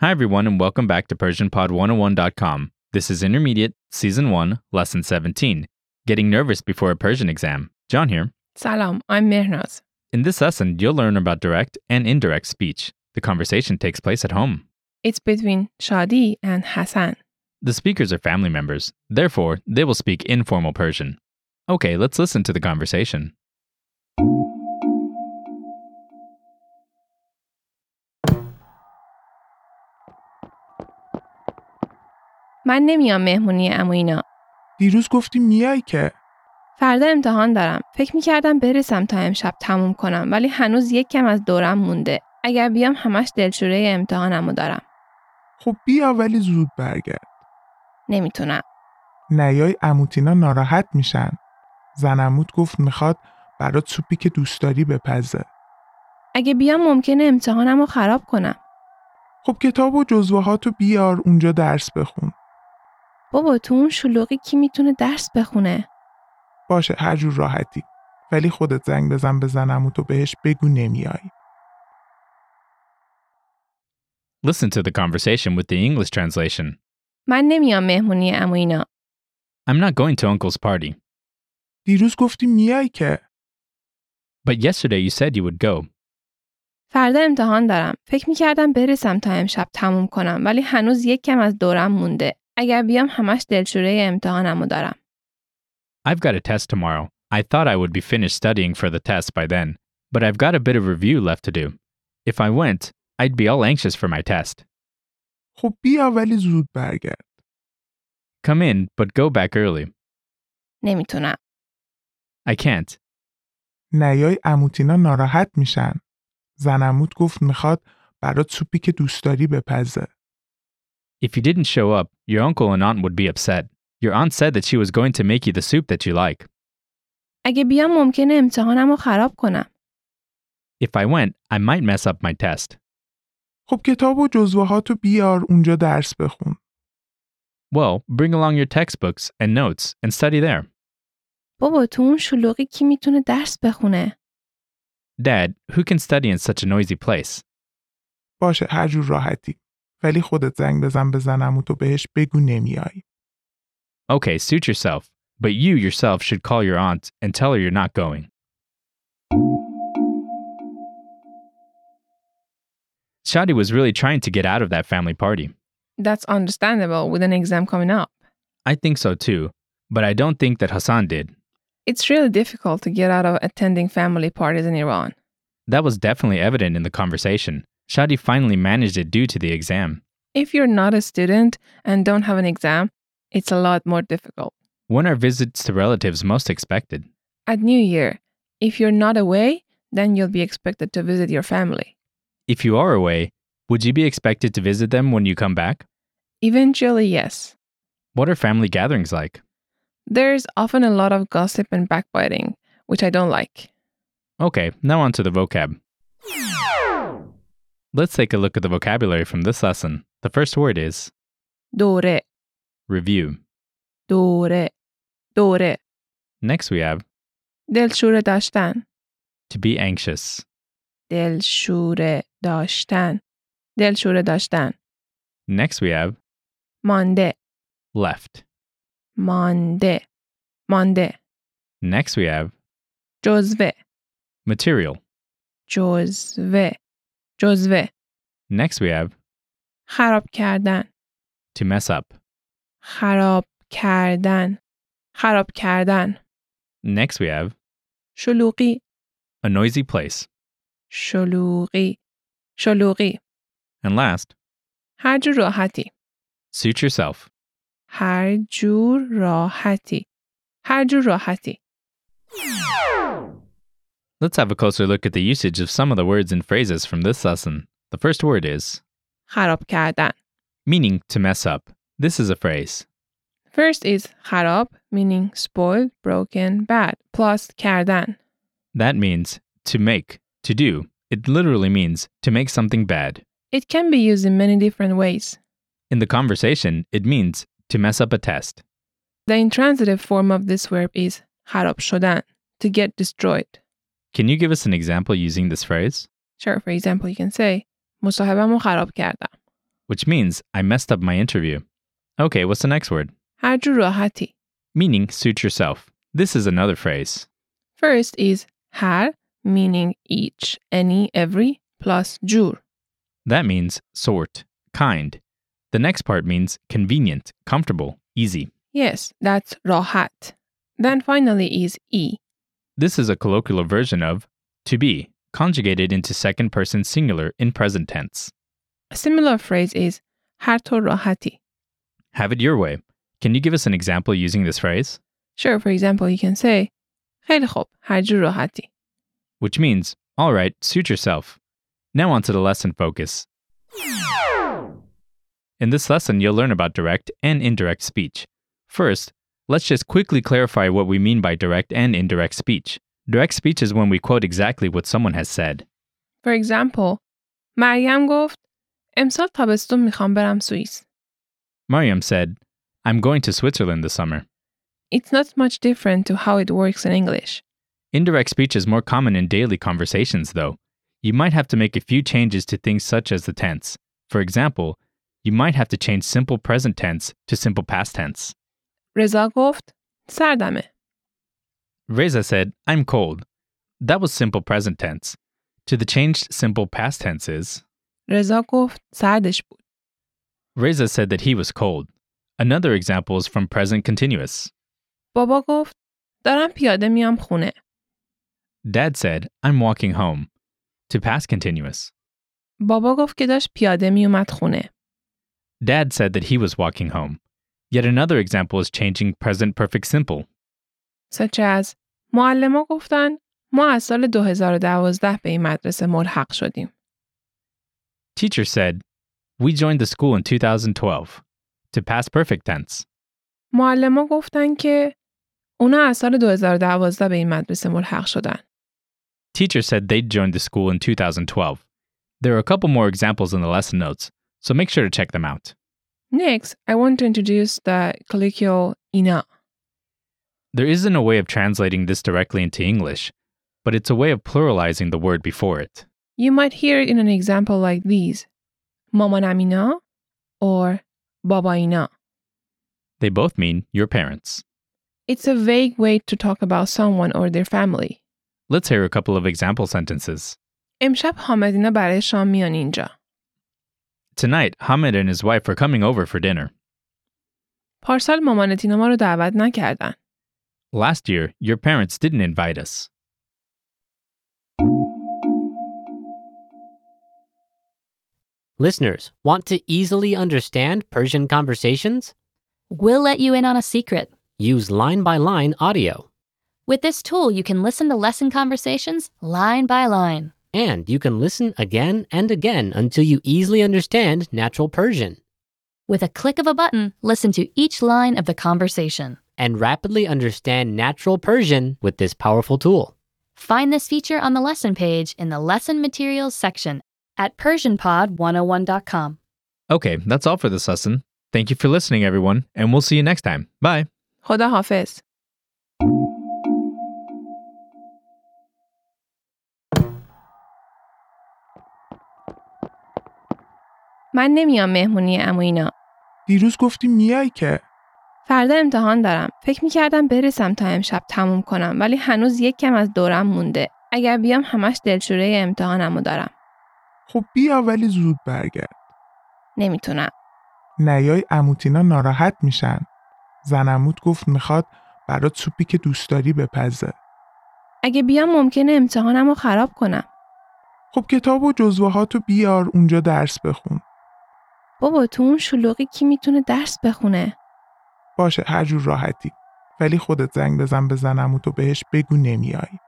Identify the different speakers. Speaker 1: Hi, everyone, and welcome back to PersianPod101.com. This is Intermediate, Season 1, Lesson 17 Getting Nervous Before a Persian Exam. John here.
Speaker 2: Salam, I'm Mehnaz.
Speaker 1: In this lesson, you'll learn about direct and indirect speech. The conversation takes place at home.
Speaker 2: It's between Shadi and Hassan.
Speaker 1: The speakers are family members, therefore, they will speak informal Persian. Okay, let's listen to the conversation.
Speaker 2: من نمیام مهمونی اموینا.
Speaker 3: دیروز گفتی میای که
Speaker 2: فردا امتحان دارم. فکر میکردم برسم تا امشب تموم کنم ولی هنوز یک کم از دورم مونده. اگر بیام همش دلشوره امتحانمو دارم.
Speaker 3: خب بیا ولی زود برگرد
Speaker 2: نمیتونم.
Speaker 3: نیای اموتینا ناراحت میشن زن عموت گفت میخواد برات سوپی که دوست داری بپزه
Speaker 2: اگه بیام ممکنه امتحانمو خراب کنم.
Speaker 3: خب کتاب و جزوهاتو بیار اونجا درس بخون
Speaker 2: بابا تو اون شلوغی کی میتونه درس بخونه؟
Speaker 3: باشه هر جور راحتی ولی خودت زنگ بزن به زن عموت و بهش بگو نمیای
Speaker 1: Listen to the conversation with the English translation.
Speaker 2: من نمیام مهمونی اموینا.
Speaker 1: I'm not going to Uncle's party,
Speaker 3: دیروز گفتی میای که
Speaker 1: but yesterday you said you would go.
Speaker 2: فردا امتحان دارم. فکر میکردم برسم تا امشب تموم کنم ولی هنوز یک کم از دورم مونده. اگر بیام همش دلشوره امتحانمو دارم.
Speaker 1: I've got a test tomorrow. I thought I would be finished studying for the test by then, but I've got a bit of review left to do. If I went, I'd be all anxious for my test.
Speaker 3: خب بیا ولی زود برگرد
Speaker 1: Come in, but go back early.
Speaker 2: نمیتونم.
Speaker 1: I can't.
Speaker 3: نیای اموتینا ناراحت میشن زن عموت گفت میخواد برات سوپی که دوست داری بپزه
Speaker 1: If you didn't show up, your uncle and aunt would be upset. Your aunt said that she was going to make you the soup that you like.
Speaker 2: اگه بیام ممکنه امتحانمو خراب کنم.
Speaker 1: If I went, I might mess up my test.
Speaker 3: خب کتاب و جزوهاتو بیار اونجا درس بخون
Speaker 1: Well, bring along your textbooks and notes and study there.
Speaker 2: بابا تو اون شلوغی کی میتونه درس بخونه؟
Speaker 1: Dad, who can study in such a noisy place?
Speaker 3: باشه هر جور راحتی ولی خودت زنگ بزن به زنمو تو بهش بگو نمیای
Speaker 1: Okay, suit yourself, but you yourself should call your aunt and tell her you're not going. Shadi was really trying to get out of that family party.
Speaker 2: That's understandable with an exam coming up.
Speaker 1: I think so too, but I don't think that Hassan did.
Speaker 2: It's really difficult to get out of attending family parties in Iran.
Speaker 1: That was definitely evident in the conversation. Shadi finally managed it due to the exam.
Speaker 2: If you're not a student and don't have an exam, it's a lot more difficult.
Speaker 1: When are visits to relatives most expected?
Speaker 2: At New Year, if you're not away, then you'll be expected to visit your family.
Speaker 1: If you are away, would you be expected to visit them when you come back?
Speaker 2: Eventually, yes.
Speaker 1: What are family gatherings like?
Speaker 2: There's often a lot of gossip and backbiting, which I don't like.
Speaker 1: Okay, now on to the vocab. Let's take a look at the vocabulary from this lesson. The first word is
Speaker 2: دوره
Speaker 1: review.
Speaker 2: دوره دوره
Speaker 1: Next, we have
Speaker 2: دلشوره داشتن
Speaker 1: to be anxious.
Speaker 2: دلشوره داشتن دلشوره داشتن
Speaker 1: Next, we have
Speaker 2: مانده
Speaker 1: left.
Speaker 2: مانده مانده
Speaker 1: Next, we have
Speaker 2: جزوه
Speaker 1: material.
Speaker 2: جزوه جزوه
Speaker 1: Next, we have
Speaker 2: خراب کردن
Speaker 1: to mess up.
Speaker 2: خراب کردن خراب کردن
Speaker 1: Next, we have
Speaker 2: شلوغی
Speaker 1: a noisy place.
Speaker 2: شلوغی شلوغی
Speaker 1: And last,
Speaker 2: هر جور راحتی
Speaker 1: suit yourself.
Speaker 2: هر جور راحتی هر جور راحتی
Speaker 1: Let's have a closer look at the usage of some of the words and phrases from this lesson. The first word is
Speaker 2: خراب کردن
Speaker 1: meaning to mess up. This is a phrase.
Speaker 2: First is خراب meaning spoiled, broken, bad plus کردن
Speaker 1: That means to make, to do. It literally means to make something bad.
Speaker 2: It can be used in many different ways.
Speaker 1: In the conversation, it means to mess up a test.
Speaker 2: The intransitive form of this verb is خراب شدن to get destroyed.
Speaker 1: Can you give us an example using this phrase?
Speaker 2: Sure, for example, you can say مصاحبمو خراب کردم.
Speaker 1: which means I messed up my interview. Okay, what's the next word?
Speaker 2: هر جور راحتی.
Speaker 1: Meaning suit yourself. This is another phrase.
Speaker 2: First is هر meaning each, any, every plus جور.
Speaker 1: That means sort, kind. The next part means convenient, comfortable, easy.
Speaker 2: Yes, that's راحت. Then finally is E.
Speaker 1: This is a colloquial version of to be, conjugated into second person singular in present tense.
Speaker 2: A similar phrase is هر طور راحتی.
Speaker 1: Have it your way. Can you give us an example using this phrase?
Speaker 2: Sure, for example, you can say خیلی خوب، هر جور راحتی.
Speaker 1: Which means, all right, suit yourself. Now on to the lesson focus. In this lesson, you'll learn about direct and indirect speech. First, let's just quickly clarify what we mean by direct and indirect speech. Direct speech is when we quote exactly what someone has said.
Speaker 2: For example, مریم گفت امسال تابستون میخوام برم سوئیس.
Speaker 1: Mariam said, I'm going to Switzerland this summer.
Speaker 2: It's not much different to how it works in English.
Speaker 1: Indirect speech is more common in daily conversations, though. You might have to make a few changes to things such as the tense. For example, you might have to change simple present tense to simple past tense.
Speaker 2: رضا گفت سردمه.
Speaker 1: Reza said, I'm cold. That was simple present tense. To the changed simple past tense is,
Speaker 2: رضا گفت سردش بود.
Speaker 1: Reza said that he was cold. Another example is from present continuous.
Speaker 2: بابا گفت دارم پیاده میام خونه.
Speaker 1: Dad said, I'm walking home. To past continuous.
Speaker 2: بابا گفت که داشت پیاده میومد خونه.
Speaker 1: Dad said that he was walking home. Yet another example is changing present perfect simple.
Speaker 2: such as معلما گفتن ما از سال 2012 به این مدرسه ملحق شدیم.
Speaker 1: Teacher said, We joined the school in 2012. To past perfect tense.
Speaker 2: معلما گفتن که اونا از سال 2012 به این مدرسه ملحق شدن.
Speaker 1: Teacher said they joined the school in 2012. There are a couple more examples in the lesson notes, so make sure to check them out.
Speaker 2: Next, I want to introduce the colloquial اینا.
Speaker 1: There isn't a way of translating this directly into English, but it's a way of pluralizing the word before it.
Speaker 2: You might hear it in an example like these. مامانم اینا or بابا اینا.
Speaker 1: They both mean your parents.
Speaker 2: It's a vague way to talk about someone or their family.
Speaker 1: Let's hear a couple of example sentences.
Speaker 2: امشب حامدینا برای شام میان اینجا.
Speaker 1: Tonight, Hamid and his wife are coming over for dinner.
Speaker 2: پارسال مامان تینا ما رو دعوت نکردن.
Speaker 1: Last year, your parents didn't invite us.
Speaker 4: Listeners, want to easily understand Persian conversations?
Speaker 5: We'll let you in on a secret.
Speaker 4: Use line by line audio.
Speaker 5: With this tool, you can listen to lesson conversations line by line.
Speaker 4: And you can listen again and again until you easily understand natural Persian
Speaker 5: With a click of a button, listen to each line of the conversation.
Speaker 4: and rapidly understand natural Persian with this powerful tool.
Speaker 5: Find this feature on the lesson page in the lesson materials section at PersianPod101.com.
Speaker 1: Okay, that's all for this lesson. Thank you for listening, everyone, and we'll see you next time. Bye.
Speaker 2: خدا حافظ. من نمیام مهمونی امو اینا.
Speaker 3: دیروز گفتی میای که
Speaker 2: فردا امتحان دارم. فکر میکردم برسم تا امشب تموم کنم ولی هنوز یک کم از دورم مونده. اگر بیام همش دلشوره امتحانمو دارم.
Speaker 3: خب بیا ولی زود برگرد
Speaker 2: نمیتونم.
Speaker 3: نیای اموتینا ناراحت میشن زن عموت گفت میخواد برات سوپی که دوست داری بپزه
Speaker 2: اگه بیام ممکنه امتحانم رو خراب کنم.
Speaker 3: خب کتاب و جزوهاتو بیار اونجا درس بخون
Speaker 2: بابا تو اون شلوغی کی میتونه درس بخونه؟
Speaker 3: باشه هر جور راحتی ولی خودت زنگ بزن به زن عموت و بهش بگو نمیای